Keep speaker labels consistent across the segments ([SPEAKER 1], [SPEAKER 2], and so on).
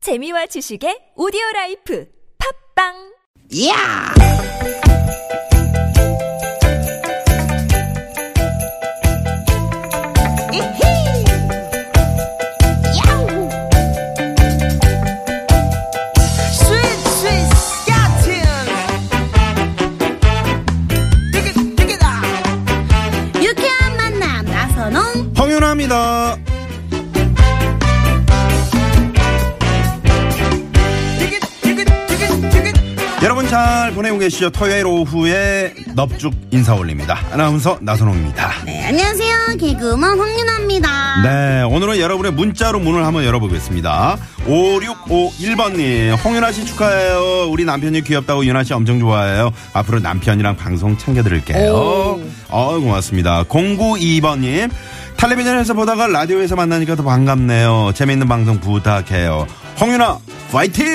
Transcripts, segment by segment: [SPEAKER 1] 재미와 지식의 오디오 라이프 팝빵!
[SPEAKER 2] 야! 이히! 야우! 스윗 스윗 야틴! 띠기 띠기다!
[SPEAKER 3] 유쾌한 만남 나선홍
[SPEAKER 4] 황윤아입니다.
[SPEAKER 2] 띠기 띠기 띠기 띠기
[SPEAKER 4] 여러분 잘 보내고 계시죠? 토요일 오후에 넙죽 인사 올립니다. 아나운서 나선홍입니다.
[SPEAKER 3] 네 안녕하세요 개그우먼 황윤아입니다
[SPEAKER 4] 네, 오늘은 여러분의 문자로 문을 한번 열어보겠습니다. 5651번님, 홍윤아 씨 축하해요. 우리 남편이 귀엽다고 윤아 씨 엄청 좋아해요. 앞으로 남편이랑 방송 챙겨드릴게요. 어, 고맙습니다. 092번님, 텔레비전에서 보다가 라디오에서 만나니까 더 반갑네요. 재밌는 방송 부탁해요. 홍윤아, 파이팅!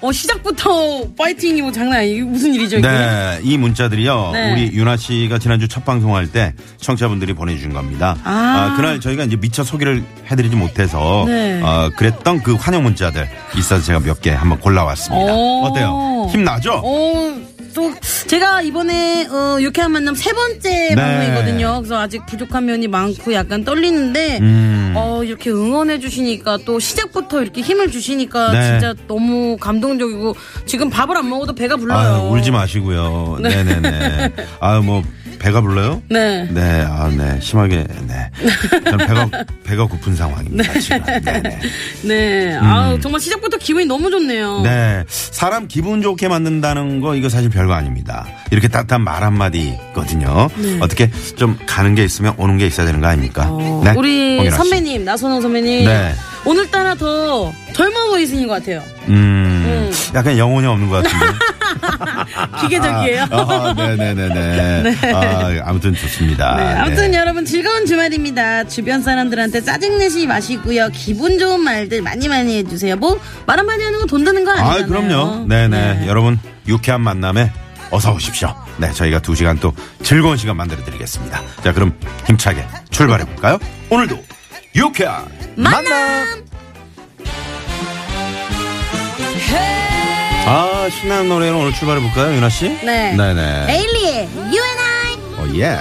[SPEAKER 5] 어 시작부터 파이팅이 뭐 장난 아니에요. 이게 무슨 일이죠 이게?
[SPEAKER 4] 네, 이 문자들이요.
[SPEAKER 5] 네.
[SPEAKER 4] 우리 윤아 씨가 지난주 첫 방송할 때 청취자분들이 보내주신 겁니다.
[SPEAKER 5] 아.
[SPEAKER 4] 아, 그날 저희가 이제 미처 소개를 해드리지 못해서
[SPEAKER 5] 네.
[SPEAKER 4] 어, 그랬던 그 환영 문자들 있어서 제가 몇 개 한번 골라왔습니다.
[SPEAKER 5] 오.
[SPEAKER 4] 어때요? 힘나죠?
[SPEAKER 5] 어, 또 제가 이번에 어, 유쾌한 만남 세
[SPEAKER 4] 네.
[SPEAKER 5] 번째 방송이거든요. 그래서 아직 부족한 면이 많고 약간 떨리는데
[SPEAKER 4] 음.
[SPEAKER 5] 어, 이렇게 응원해 주시니까 또 시작부터 이렇게 힘을 주시니까
[SPEAKER 4] 네.
[SPEAKER 5] 진짜 너무 감동적이고 지금 밥을 안 먹어도 배가 불러요.
[SPEAKER 4] 아, 울지 마시고요. 네, 네, 네. 아, 뭐 배가 불러요?
[SPEAKER 5] 네.
[SPEAKER 4] 네, 아, 네, 심하게, 네. 저는 배가 배가 고픈 상황입니다 지금. 네, 네.
[SPEAKER 5] 네. 아우 정말 시작부터 기분이 너무 좋네요.
[SPEAKER 4] 네. 사람 기분 좋게 만든다는 거 이거 사실 별거 아닙니다. 이렇게 따뜻한 말 한마디거든요. 어떻게 좀 가는 게 있으면 오는 게 있어야 되는 거 아닙니까?
[SPEAKER 5] 네. 어,
[SPEAKER 4] 네.
[SPEAKER 5] 우리
[SPEAKER 4] 홍일아 씨.
[SPEAKER 5] 선배님 나선홍 선배님
[SPEAKER 4] 네.
[SPEAKER 5] 오늘따라 더 젊어 보이시는 것 같아요.
[SPEAKER 4] 음,
[SPEAKER 5] 네.
[SPEAKER 4] 약간 영혼이 없는 것 같은데.
[SPEAKER 5] 기계적이에요.
[SPEAKER 4] 아, 네네네네. 아, 아무튼 좋습니다.
[SPEAKER 5] 네, 아무튼
[SPEAKER 4] 네.
[SPEAKER 5] 여러분 즐거운 주말입니다. 주변 사람들한테 짜증내지 마시고요. 기분 좋은 말들 많이 많이 해주세요. 뭐 말 한마디 하는 건 돈 드는 거
[SPEAKER 4] 아,
[SPEAKER 5] 아니잖아요.
[SPEAKER 4] 그럼요. 네네. 여러분, 유쾌한 만남에 어서 오십시오. 네, 저희가 두 시간 또 즐거운 시간 만들어 드리겠습니다. 자, 그럼 힘차게 출발해 볼까요? 오늘도 유쾌한 만남! 아, 신나는 노래는 오늘 출발해 볼까요, 윤아 씨?
[SPEAKER 5] 네.
[SPEAKER 4] 네네.
[SPEAKER 3] 에일리의 You and I
[SPEAKER 4] 어, 예.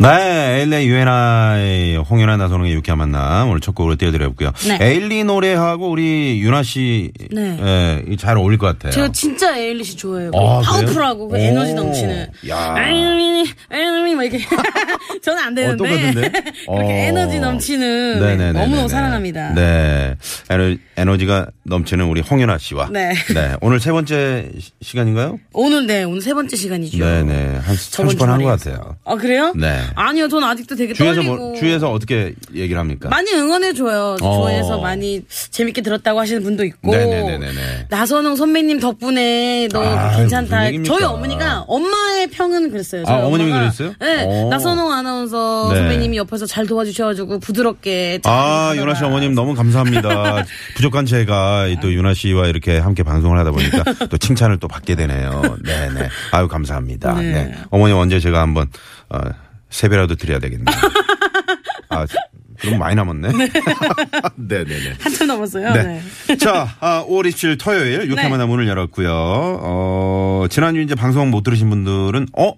[SPEAKER 4] 네, 에일리 유엔아의 홍윤아 나선홍의 유쾌한 만남 오늘 첫 곡으로 띄워드려볼게요.
[SPEAKER 5] 네.
[SPEAKER 4] 에일리 노래하고 우리 윤아 씨,
[SPEAKER 5] 네.
[SPEAKER 4] 예, 잘 어울릴 것 같아요.
[SPEAKER 5] 제가 진짜 에일리 씨 좋아해요.
[SPEAKER 4] 아,
[SPEAKER 5] 파워풀하고 그
[SPEAKER 4] 그래요?
[SPEAKER 5] 에너지 넘치는.
[SPEAKER 4] 오, 야.
[SPEAKER 5] 에일리, 에일리 막 이렇게. 저는 안 되는데.
[SPEAKER 4] 똑같은데?
[SPEAKER 5] 네. 그렇게
[SPEAKER 4] 어.
[SPEAKER 5] 에너지 넘치는
[SPEAKER 4] 네네네네네.
[SPEAKER 5] 너무너무 사랑합니다.
[SPEAKER 4] 네. 에너, 에너지가 넘치는 우리 홍윤아 씨와.
[SPEAKER 5] 네.
[SPEAKER 4] 오늘 세 번째 시- 시간인가요?
[SPEAKER 5] 오늘 네, 오늘 세 번째 시간이죠.
[SPEAKER 4] 네네. 한
[SPEAKER 5] 그렇죠. 저번
[SPEAKER 4] 30번 한
[SPEAKER 5] 주말에
[SPEAKER 4] 것 같아요.
[SPEAKER 5] 아 그래요?
[SPEAKER 4] 네.
[SPEAKER 5] 아니요, 전 아직도 되게
[SPEAKER 4] 주위에서,
[SPEAKER 5] 떨리고.
[SPEAKER 4] 뭐, 주위에서 어떻게 얘기를 합니까?
[SPEAKER 5] 많이
[SPEAKER 4] 어.
[SPEAKER 5] 응원해줘요. 좋아해서 많이 재밌게 들었다고 하시는 분도 있고.
[SPEAKER 4] 네네네네네.
[SPEAKER 5] 나선홍 선배님 덕분에 너
[SPEAKER 4] 아유, 무슨
[SPEAKER 5] 괜찮다.
[SPEAKER 4] 얘기입니까?
[SPEAKER 5] 저희 어머니가 엄마의 평은 그랬어요. 저희
[SPEAKER 4] 아, 어머님이
[SPEAKER 5] 엄마가.
[SPEAKER 4] 그랬어요?
[SPEAKER 5] 네.
[SPEAKER 4] 오.
[SPEAKER 5] 나선홍 아나운서
[SPEAKER 4] 네.
[SPEAKER 5] 선배님이 옆에서 잘 도와주셔가지고 부드럽게. 잘
[SPEAKER 4] 아,
[SPEAKER 5] 하다가.
[SPEAKER 4] 윤아 씨 어머님 너무 감사합니다. 부족한 제가 또 윤아 씨와 이렇게 함께 방송을 하다 보니까 또 칭찬을 또 받게 되네요. 네네. 아유, 감사합니다. 네. 어머니 언제 제가 한번, 어, 세배라도 드려야 되겠네요. 아, 그럼 많이 남았네. 네네네.
[SPEAKER 5] 한참 남았어요. 네.
[SPEAKER 4] 네. 자, 아, 5월 27일 토요일
[SPEAKER 5] 네.
[SPEAKER 4] 육회만화 문을 열었고요. 어, 지난주 이제 방송 못 들으신 분들은 어?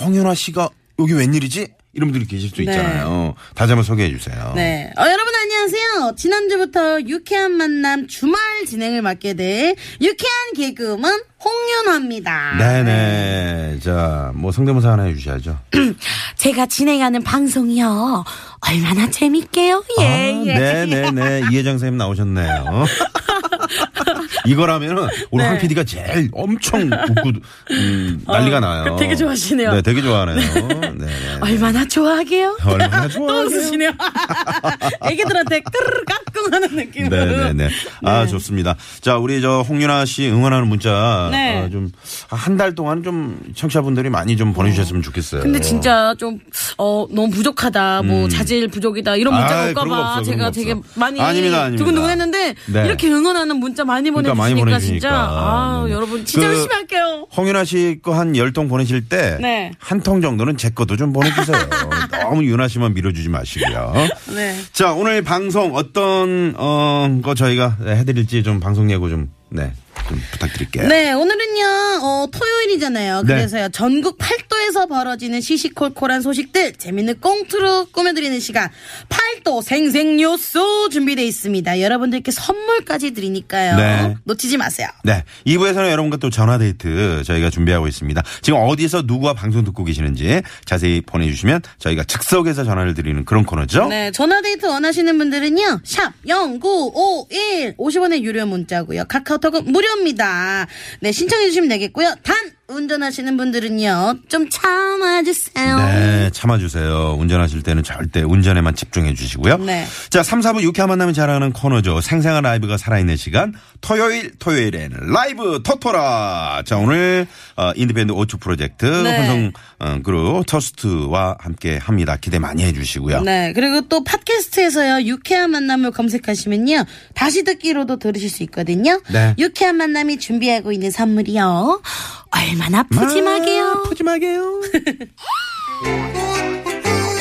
[SPEAKER 4] 홍윤아 씨가 여기 웬일이지? 이런 분들이 계실 수 있잖아요. 다시 한번 소개해 주세요.
[SPEAKER 5] 네. 어, 여러분 안녕하세요. 지난주부터 유쾌한 만남 주말 진행을 맡게 될 유쾌한 개그우먼 홍윤화입니다.
[SPEAKER 4] 네, 네네. 자, 뭐 성대모사 하나 해주셔야죠.
[SPEAKER 3] 제가 진행하는 방송이요 얼마나 재밌게요
[SPEAKER 5] 예,
[SPEAKER 4] 아, 네네네. 이혜정 선생님 나오셨네요. 어? 이거라면은 우리
[SPEAKER 5] 네.
[SPEAKER 4] 황 PD가 제일 엄청 웃고 음, 난리가 나요.
[SPEAKER 5] 어, 그 되게 좋아하시네요. 아,
[SPEAKER 4] 네, 되게 좋아하네요. 네. 네.
[SPEAKER 3] 얼마나 좋아하게요 어, 네.
[SPEAKER 4] 얼마나 좋아.
[SPEAKER 5] 또 웃으시네요. 애기들한테 끄르르 깍꿍 수용하는 느낌으로.
[SPEAKER 4] 네네네. 아, 좋습니다. 자, 우리 저 홍윤아 씨 응원하는 문자.
[SPEAKER 5] 네.
[SPEAKER 4] 어, 좀, 한 달 동안 좀 청취자분들이 많이 좀 보내주셨으면 좋겠어요. 음.
[SPEAKER 3] 근데 진짜 좀, 어, 너무 부족하다, 뭐, 자질 부족이다, 이런 문자
[SPEAKER 4] 아이, 그런 거
[SPEAKER 3] 올까봐
[SPEAKER 4] 없어,
[SPEAKER 3] 제가
[SPEAKER 4] 그런 거
[SPEAKER 3] 되게
[SPEAKER 4] 없어.
[SPEAKER 3] 많이
[SPEAKER 4] 아닙니다, 아닙니다.
[SPEAKER 3] 두근두근 했는데,
[SPEAKER 4] 네.
[SPEAKER 3] 이렇게 응원하는 문자 많이
[SPEAKER 4] 그러니까
[SPEAKER 3] 보내주시니까,
[SPEAKER 4] 많이 보내주니까.
[SPEAKER 3] 진짜, 아
[SPEAKER 4] 네.
[SPEAKER 3] 여러분, 진짜
[SPEAKER 4] 그-
[SPEAKER 3] 열심히 할게요.
[SPEAKER 4] 홍윤아 씨 거 한 열 통 보내실 때.
[SPEAKER 5] 네.
[SPEAKER 4] 한 통 정도는 제 것도 좀 보내주세요. 너무 윤아 씨만 밀어주지 마시고요.
[SPEAKER 5] 네.
[SPEAKER 4] 자, 오늘 방송 어떤, 어, 거 저희가 해드릴지 좀 방송 예고 좀, 네. 좀 부탁드릴게요.
[SPEAKER 5] 네, 오늘은요, 어, 토요일이잖아요.
[SPEAKER 4] 예. 네.
[SPEAKER 5] 그래서요, 전국 팔도에서 벌어지는 시시콜콜한 소식들, 재밌는 꽁트로 꾸며드리는 시간, 팔도 생생요소 준비되어 있습니다. 여러분들께 선물까지 드리니까요.
[SPEAKER 4] 네.
[SPEAKER 5] 놓치지 마세요.
[SPEAKER 4] 네. 2부에서는 여러분과 또 전화데이트 저희가 준비하고 있습니다. 지금 어디서 누구와 방송 듣고 계시는지 자세히 보내주시면 저희가 즉석에서 전화를 드리는 그런 코너죠.
[SPEAKER 5] 네, 전화데이트 원하시는 분들은요, 샵 0951, 50원의 유료 문자고요 카카오톡은 무료입니다. 네, 신청해주시면 되겠고요. 단, 운전하시는 분들은요, 좀 참아주세요.
[SPEAKER 4] 네, 참아주세요. 운전하실 때는 절대 운전에만 집중해 주시고요.
[SPEAKER 5] 네.
[SPEAKER 4] 자, 3, 4부 유쾌한 만남이 자랑하는 코너죠. 생생한 라이브가 살아있는 시간. 토요일, 토요일엔 라이브 토토라. 자, 오늘 어, 인디밴드 5초 프로젝트
[SPEAKER 5] 네.
[SPEAKER 4] 혼성 어, 그룹 터스트와 함께 합니다. 기대 많이 해 주시고요.
[SPEAKER 5] 네, 그리고 또 팟캐스트에서요, 유쾌한 만남을 검색하시면요, 다시 듣기로도 들으실 수 있거든요.
[SPEAKER 4] 네.
[SPEAKER 5] 유쾌한 만남이 준비하고 있는 선물이요.
[SPEAKER 3] 얼마나 아, 푸짐하게요.
[SPEAKER 4] 푸짐하게요.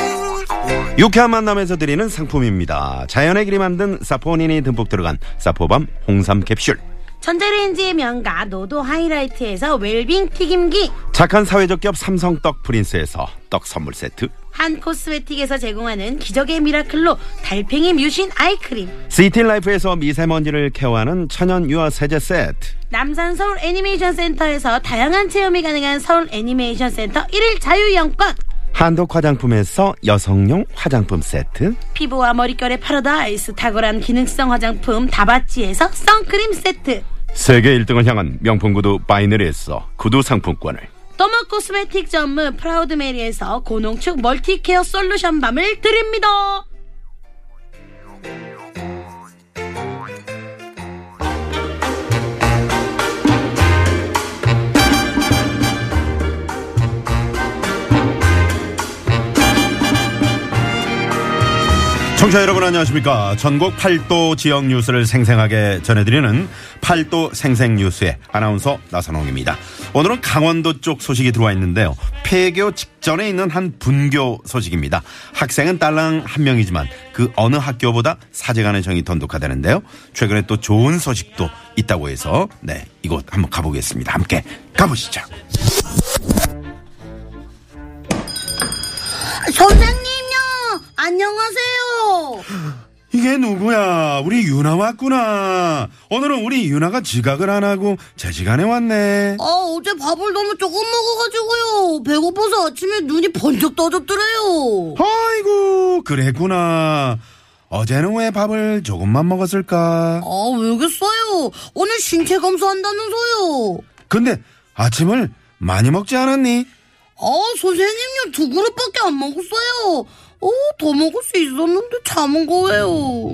[SPEAKER 4] 유쾌한 만남에서 드리는 상품입니다. 자연의 길이 만든 사포닌이 듬뿍 들어간 사포밤 홍삼 캡슐.
[SPEAKER 3] 전자레인지의 명가, 노도 하이라이트에서 웰빙 튀김기,
[SPEAKER 4] 착한 사회적 기업 삼성 떡 프린스에서 떡 선물 세트.
[SPEAKER 3] 한 코스메틱에서 제공하는 기적의 미라클로 달팽이 뮤신 아이크림,
[SPEAKER 4] 시티라이프에서 미세먼지를 케어하는 천연 유화 세제 세트.
[SPEAKER 3] 남산 서울 애니메이션 센터에서 다양한 체험이 가능한 서울 애니메이션 센터 1일 자유영권,
[SPEAKER 4] 한독 화장품에서 여성용 화장품 세트.
[SPEAKER 3] 피부와 머릿결의 파라다이스 탁월한 기능성 화장품 다바찌에서 선크림 세트
[SPEAKER 4] 세계 1등을 향한 명품 구두 바이너리에서 구두 상품권을.
[SPEAKER 3] 더머 코스메틱 전문 프라우드메리에서 고농축 멀티케어 솔루션 밤을 드립니다
[SPEAKER 4] 청취자 여러분 안녕하십니까. 전국 팔도 지역 뉴스를 생생하게 전해드리는 팔도 생생 뉴스의 아나운서 나선홍입니다. 오늘은 강원도 쪽 소식이 들어와 있는데요. 폐교 직전에 있는 한 분교 소식입니다. 학생은 딸랑 한 명이지만 그 어느 학교보다 사제간의 정이 돈독하다는데요. 최근에 또 좋은 소식도 있다고 해서 네 이곳 한번 가보겠습니다. 함께 가보시죠.
[SPEAKER 5] 아, 선생님요! 안녕하세요!
[SPEAKER 4] 이게 누구야? 우리 유나 왔구나. 오늘은 우리 유나가 지각을 안 하고 제 시간에 왔네.
[SPEAKER 5] 아, 어제 밥을 너무 조금 먹어가지고요. 배고파서 아침에 눈이 번쩍 떠졌더래요.
[SPEAKER 4] 아이고 그랬구나 어제는 왜 밥을 조금만 먹었을까
[SPEAKER 5] 아, 왜겠어요? 오늘 신체 검사한다면서요.
[SPEAKER 4] 근데 아침을 많이 먹지 않았니
[SPEAKER 5] 아, 선생님요. 두 그릇밖에 안 먹었어요. 어, 더 먹을 수 있었는데 참은 거예요.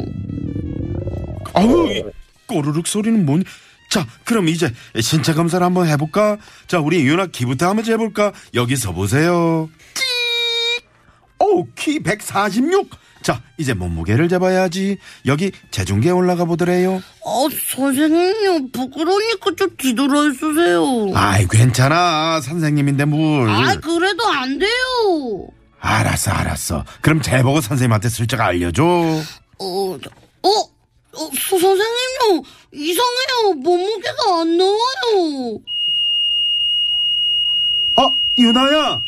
[SPEAKER 4] 아우 이 꼬르륵 소리는 뭐니 자 그럼 이제 신체 검사를 한번 해볼까 자 우리 윤아 키부터 한번 재볼까 여기서 보세요 오키 146자 이제 몸무게를 재봐야지 여기 체중계 올라가 보더래요
[SPEAKER 5] 아, 선생님요. 부끄러우니까 좀 뒤돌아 있으세요.
[SPEAKER 4] 아이 음. 괜찮아 선생님인데 뭘
[SPEAKER 5] 아, 그래도 안 돼요.
[SPEAKER 4] 알았어, 알았어. 그럼 재보고 선생님한테 슬쩍 알려줘.
[SPEAKER 5] 어, 어, 어, 수- 선생님요. 이상해요. 몸무게가 안 나와요.
[SPEAKER 4] 어, 유나야.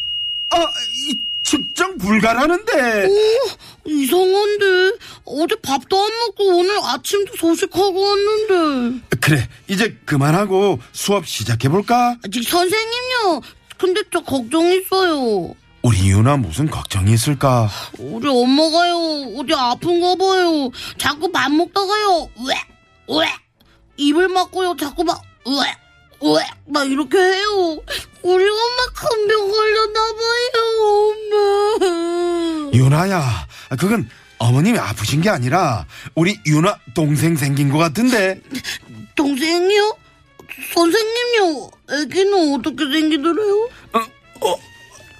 [SPEAKER 4] 아, 이 측정 불가라는데.
[SPEAKER 5] 어, 이상한데. 어제 밥도 안 먹고 오늘 아침도 소식하고 왔는데.
[SPEAKER 4] 그래, 이제 그만하고 수업 시작해볼까?
[SPEAKER 5] 아직 선생님요. 근데 저 걱정 있어요.
[SPEAKER 4] 우리 유나 무슨 걱정이 있을까?
[SPEAKER 5] 우리 엄마가요 어디 아픈가 봐요 자꾸 밥 먹다가요 왜왜 입을 막고요 자꾸 막왜왜막 이렇게 해요 우리 엄마 큰 병 걸렸나 봐요 엄마
[SPEAKER 4] 유나야, 그건 어머님이 아프신 게 아니라 우리 유나 동생 생긴 것 같은데
[SPEAKER 5] 동생이요? 선생님요? 애기는 어떻게 생기더래요?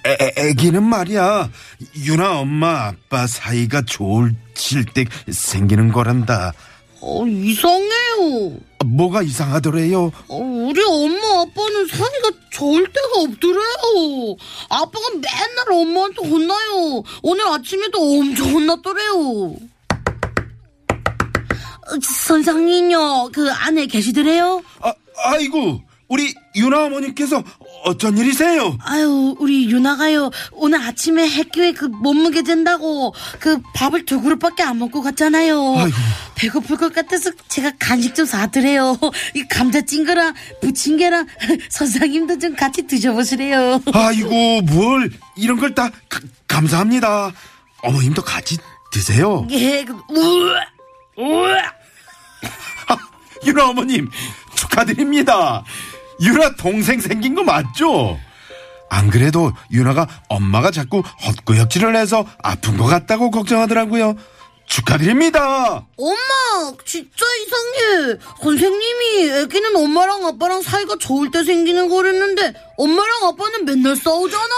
[SPEAKER 4] 애, 애- 애기는 말이야 유나 엄마 아빠 사이가 좋을 때 생기는 거란다
[SPEAKER 5] 어, 이상해요.
[SPEAKER 4] 뭐가 이상하더래요
[SPEAKER 5] 어, 우리 엄마 아빠는 사이가 좋을 때가 없더래요. 아빠가 맨날 엄마한테 혼나요. 오늘 아침에도 엄청 혼났더래요. 선상이요, 그 안에 계시더래요?
[SPEAKER 4] 아, 아이고 우리 유나 어머님께서 어쩐 일이세요
[SPEAKER 5] 아유, 우리 유나가요, 오늘 아침에 핵교에 그 몸무게 잰다고 그 밥을 두 그릇밖에 안 먹고 갔잖아요.
[SPEAKER 4] 아이고.
[SPEAKER 5] 배고플 것 같아서 제가 간식 좀 사드래요. 이 감자찜거랑 부침개랑 선생님도 좀 같이 드셔보시래요.
[SPEAKER 4] 아이고 뭘 이런 걸 다 감사합니다 어머님도 같이 드세요
[SPEAKER 5] 예, 그, 우와! 우와!
[SPEAKER 4] 아, 유라 어머님 축하드립니다. 유라 동생 생긴 거 맞죠? 안 그래도 유나가 엄마가 자꾸 헛구역질을 해서 아픈 것 같다고 걱정하더라고요. 축하드립니다.
[SPEAKER 5] 엄마, 진짜 이상해. 선생님이 애기는 엄마랑 아빠랑 사이가 좋을 때 생기는 거랬는데, 엄마랑 아빠는 맨날 싸우잖아.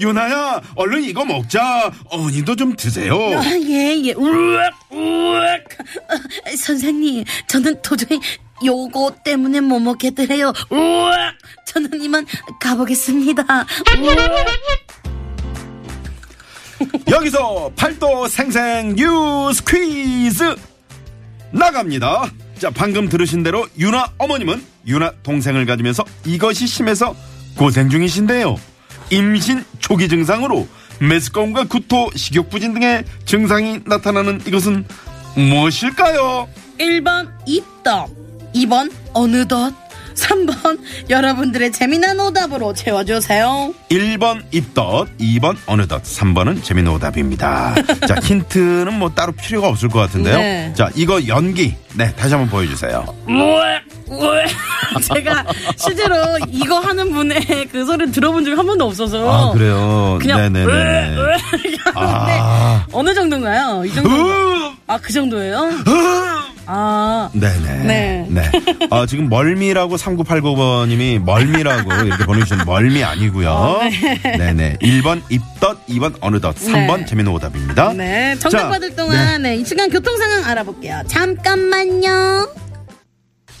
[SPEAKER 4] 유나야, 얼른 이거 먹자. 어머님도 좀 드세요.
[SPEAKER 5] 아, 예, 예. 우악, 우악. 아, 선생님, 저는 도저히 요거 때문에 못 먹겠더래요. 우악. 저는 이만 가보겠습니다. 우악.
[SPEAKER 4] 여기서 팔도 생생 뉴스 퀴즈 나갑니다. 자, 방금 들으신 대로 유나 어머님은 유나 동생을 가지면서 이것이 심해서 고생 중이신데요. 임신 초기 증상으로 메스꺼움과 구토, 식욕부진 등의 증상이 나타나는 이것은 무엇일까요?
[SPEAKER 5] 1번 입덕 2번 어느덧 3번 여러분들의 재미난 오답으로 채워주세요
[SPEAKER 4] 1번 입덧, 2번 어느덧, 3번은 재미는 오답입니다. 자, 힌트는 뭐 따로 필요가 없을 것 같은데요.
[SPEAKER 5] 네.
[SPEAKER 4] 자, 이거 연기. 네, 다시 한번 보여주세요.
[SPEAKER 3] 제가 실제로 이거 하는 분의 그 소리를 들어본 적이 한 번도 없어서
[SPEAKER 4] 아 그래요.
[SPEAKER 3] 그냥
[SPEAKER 4] 네네네. 아,
[SPEAKER 3] 어느 정도인가요? 이
[SPEAKER 4] 네.
[SPEAKER 3] 정도?
[SPEAKER 4] 으음,
[SPEAKER 3] 아 그 정도예요?
[SPEAKER 4] 으음.
[SPEAKER 3] 아
[SPEAKER 4] 네네.
[SPEAKER 3] 네.
[SPEAKER 4] 네. 아, 지금 멀미라고 3989번님이 멀미라고 이렇게 보내주신 멀미 아니고요. 네. 네 1번 입덧, 2번 어느덧, 3번
[SPEAKER 5] 네.
[SPEAKER 4] 재미는 오답입니다.
[SPEAKER 5] 네 정답
[SPEAKER 4] 자,
[SPEAKER 5] 받을 동안 네, 이 시간 교통 상황 알아볼게요 잠깐만요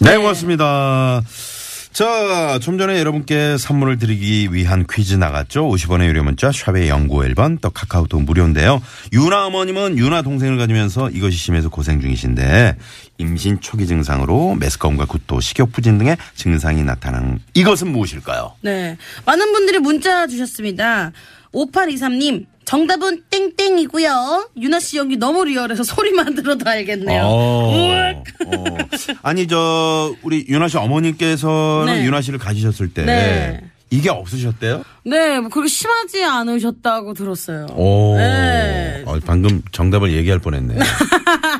[SPEAKER 4] 네, 고맙습니다. 자, 좀 전에 여러분께 선물을 드리기 위한 퀴즈 나갔죠. 50원의 유료 문자, 샵의 0951번, 또 카카오톡 무료인데요. 유나 어머님은 유나 동생을 가지면서 이것이 심해서 고생 중이신데, 임신 초기 증상으로 메스꺼움과 구토, 식욕부진 등의 증상이 나타나는 이것은 무엇일까요?
[SPEAKER 5] 네 많은 분들이 문자 주셨습니다 5823님 정답은 땡땡이고요 유나씨 연기 너무 리얼해서 소리만 들어도 알겠네요
[SPEAKER 4] 어. 어. 아니, 저, 우리 유나 씨 어머님께서는
[SPEAKER 5] 네.
[SPEAKER 4] 유나 씨를 가지셨을 때,
[SPEAKER 5] 네.
[SPEAKER 4] 이게 없으셨대요?
[SPEAKER 3] 네, 뭐 그렇게 심하지 않으셨다고 들었어요.
[SPEAKER 4] 오.
[SPEAKER 3] 네.
[SPEAKER 4] 어, 방금 정답을 얘기할 뻔했네.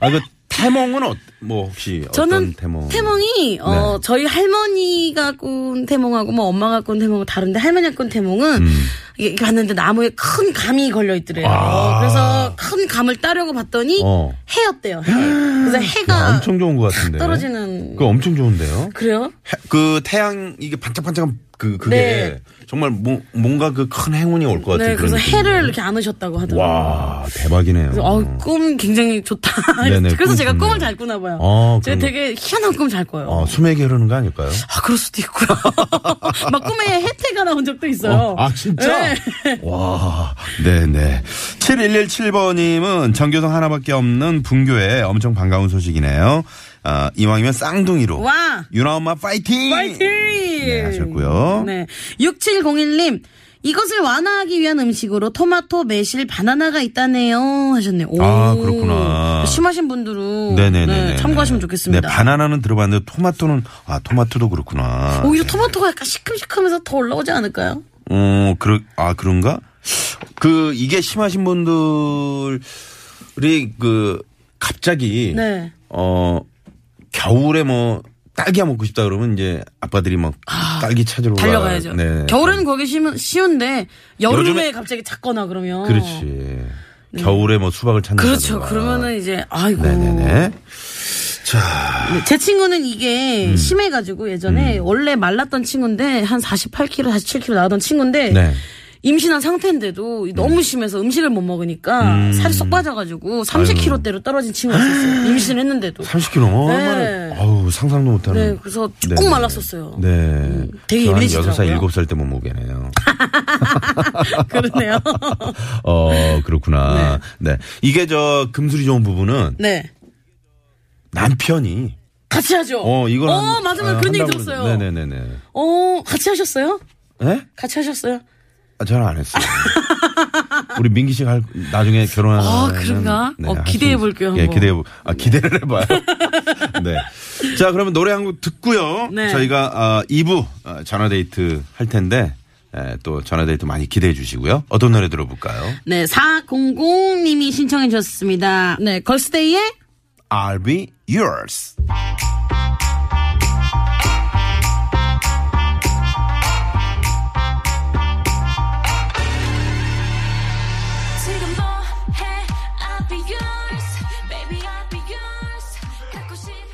[SPEAKER 4] 아, 그 태몽은 어, 뭐 혹시 어떤
[SPEAKER 3] 저는
[SPEAKER 4] 태몽?
[SPEAKER 3] 태몽이 어
[SPEAKER 4] 네.
[SPEAKER 3] 저희 할머니가 꾼 태몽하고 뭐 엄마가 꾼 태몽은 다른데 할머니가 꾼 태몽은 이게 봤는데 나무에 큰 감이 걸려 있더래요.
[SPEAKER 4] 음. 아.
[SPEAKER 3] 그래서 큰 감을 따려고 봤더니
[SPEAKER 4] 어.
[SPEAKER 3] 해였대요. 해. 그래서
[SPEAKER 4] 야,
[SPEAKER 3] 해가
[SPEAKER 4] 아, 엄청 좋은 것 같은데.
[SPEAKER 3] 떨어지는
[SPEAKER 4] 그거 엄청 좋은데요?
[SPEAKER 3] 그래요?
[SPEAKER 4] 해- 그 태양 이게 반짝반짝한 그 그게
[SPEAKER 3] 네.
[SPEAKER 4] 정말 뭐, 뭔가 그 큰 행운이 올 것 같은
[SPEAKER 3] 네,
[SPEAKER 4] 그런
[SPEAKER 3] 그래서
[SPEAKER 4] 느낌이네요.
[SPEAKER 3] 해를 이렇게 안으셨다고 하더라고요.
[SPEAKER 4] 와, 대박이네요.
[SPEAKER 3] 그래서 어, 꿈 굉장히 좋다.
[SPEAKER 4] 네네,
[SPEAKER 3] 그래서
[SPEAKER 4] 꿈
[SPEAKER 3] 제가
[SPEAKER 4] 좋네요.
[SPEAKER 3] 꿈을 잘 꾸나 봐요.
[SPEAKER 4] 어,
[SPEAKER 3] 제가
[SPEAKER 4] 그럼-
[SPEAKER 3] 되게 희한한 꿈 잘 꿔요.
[SPEAKER 4] 어, 숨에게 흐르는 거 아닐까요?
[SPEAKER 3] 아, 그럴 수도 있고요. 막 꿈에 혜태가 나온 적도 있어요.
[SPEAKER 4] 어, 아, 진짜?
[SPEAKER 3] 네.
[SPEAKER 4] 와, 네네. 7117번님은 전교성 하나밖에 없는 분교에 엄청 반가운 소식이네요. 아, 이왕이면 쌍둥이로.
[SPEAKER 5] 와.
[SPEAKER 4] 유나 엄마 파이팅!
[SPEAKER 3] 파이팅!
[SPEAKER 4] 네, 하셨고요.
[SPEAKER 5] 네. 6701님. 이것을 완화하기 위한 음식으로 토마토, 매실, 바나나가 있다네요. 하셨네요. 오.
[SPEAKER 4] 아, 그렇구나.
[SPEAKER 5] 심하신 분들은
[SPEAKER 4] 네네네.
[SPEAKER 5] 네, 참고하시면 좋겠습니다.
[SPEAKER 4] 네, 바나나는 들어봤는데 토마토는, 아, 토마토도 그렇구나.
[SPEAKER 5] 오히려 토마토가 약간 시큼시큼해서 더 올라오지 않을까요?
[SPEAKER 4] 어, 그러, 아, 그런가? 그, 이게 심하신 분들이 그, 갑자기,
[SPEAKER 5] 네.
[SPEAKER 4] 어, 겨울에 뭐, 딸기야 먹고 싶다 그러면 이제 아빠들이 막 딸기 찾으러
[SPEAKER 5] 달려가야죠.
[SPEAKER 4] 가요. 네.
[SPEAKER 5] 겨울에는 거기 쉬면, 쉬운데
[SPEAKER 4] 요즘에-
[SPEAKER 5] 여름에 갑자기 찾거나 그러면
[SPEAKER 4] 그렇지. 겨울에 뭐 수박을 찾는
[SPEAKER 5] 뭐. 네. 그렇죠. 그러면은 뭐. 이제 아이고.
[SPEAKER 4] 네네네.
[SPEAKER 5] 네, 제 친구는 이게 심해가지고 예전에 원래 말랐던 친구인데 한 48kg, 47kg 나가던 친구인데
[SPEAKER 4] 네.
[SPEAKER 5] 임신한 상태인데도 너무 심해서 음식을 못 먹으니까 살이 쏙 빠져가지고 30kg대로 떨어진 친구가 있었어요. 임신했는데도.
[SPEAKER 4] 30kg 얼마나 아우 상상도 못하는.
[SPEAKER 5] 네, 그래서 쭉
[SPEAKER 4] 네네.
[SPEAKER 5] 말랐었어요. 음,
[SPEAKER 4] 네.
[SPEAKER 5] 되게
[SPEAKER 4] 저한
[SPEAKER 5] 예민해지더라고요.
[SPEAKER 4] 6살, 7살 때 못 먹겠네요.
[SPEAKER 5] 그러네요.
[SPEAKER 4] 어, 그렇구나. 네. 이게 저 금술이 좋은 부분은
[SPEAKER 5] 네.
[SPEAKER 4] 남편이
[SPEAKER 5] 같이 하죠.
[SPEAKER 4] 어, 이거는
[SPEAKER 5] 어, 맞아, 맞아. 그런 얘기 들었어요.
[SPEAKER 4] 네, 네, 네, 네.
[SPEAKER 5] 어, 같이 하셨어요?
[SPEAKER 4] 예?
[SPEAKER 5] 같이 하셨어요?
[SPEAKER 4] 아, 저는 안 했어요. 우리 민기 씨가 할- 나중에 결혼하는 네,
[SPEAKER 5] 아, 그런가? 어, 기대해 볼게요,
[SPEAKER 4] 예,
[SPEAKER 5] 한번.
[SPEAKER 4] 기대해 볼- 아, 기대를 해 봐요. 네. 자, 그러면 노래 한 곡 듣고요.
[SPEAKER 5] 네.
[SPEAKER 4] 저희가 아, 2부 전화 데이트 할 텐데 예, 또 전화 데이트 많이 기대해 주시고요. 어떤 노래 들어볼까요?
[SPEAKER 5] 네, 400님이 신청해 주셨습니다. 네, 걸스데이의
[SPEAKER 4] I'll be yours.
[SPEAKER 6] 지금 뭐해 I'll be yours Baby I'll be yours 갖고 싶어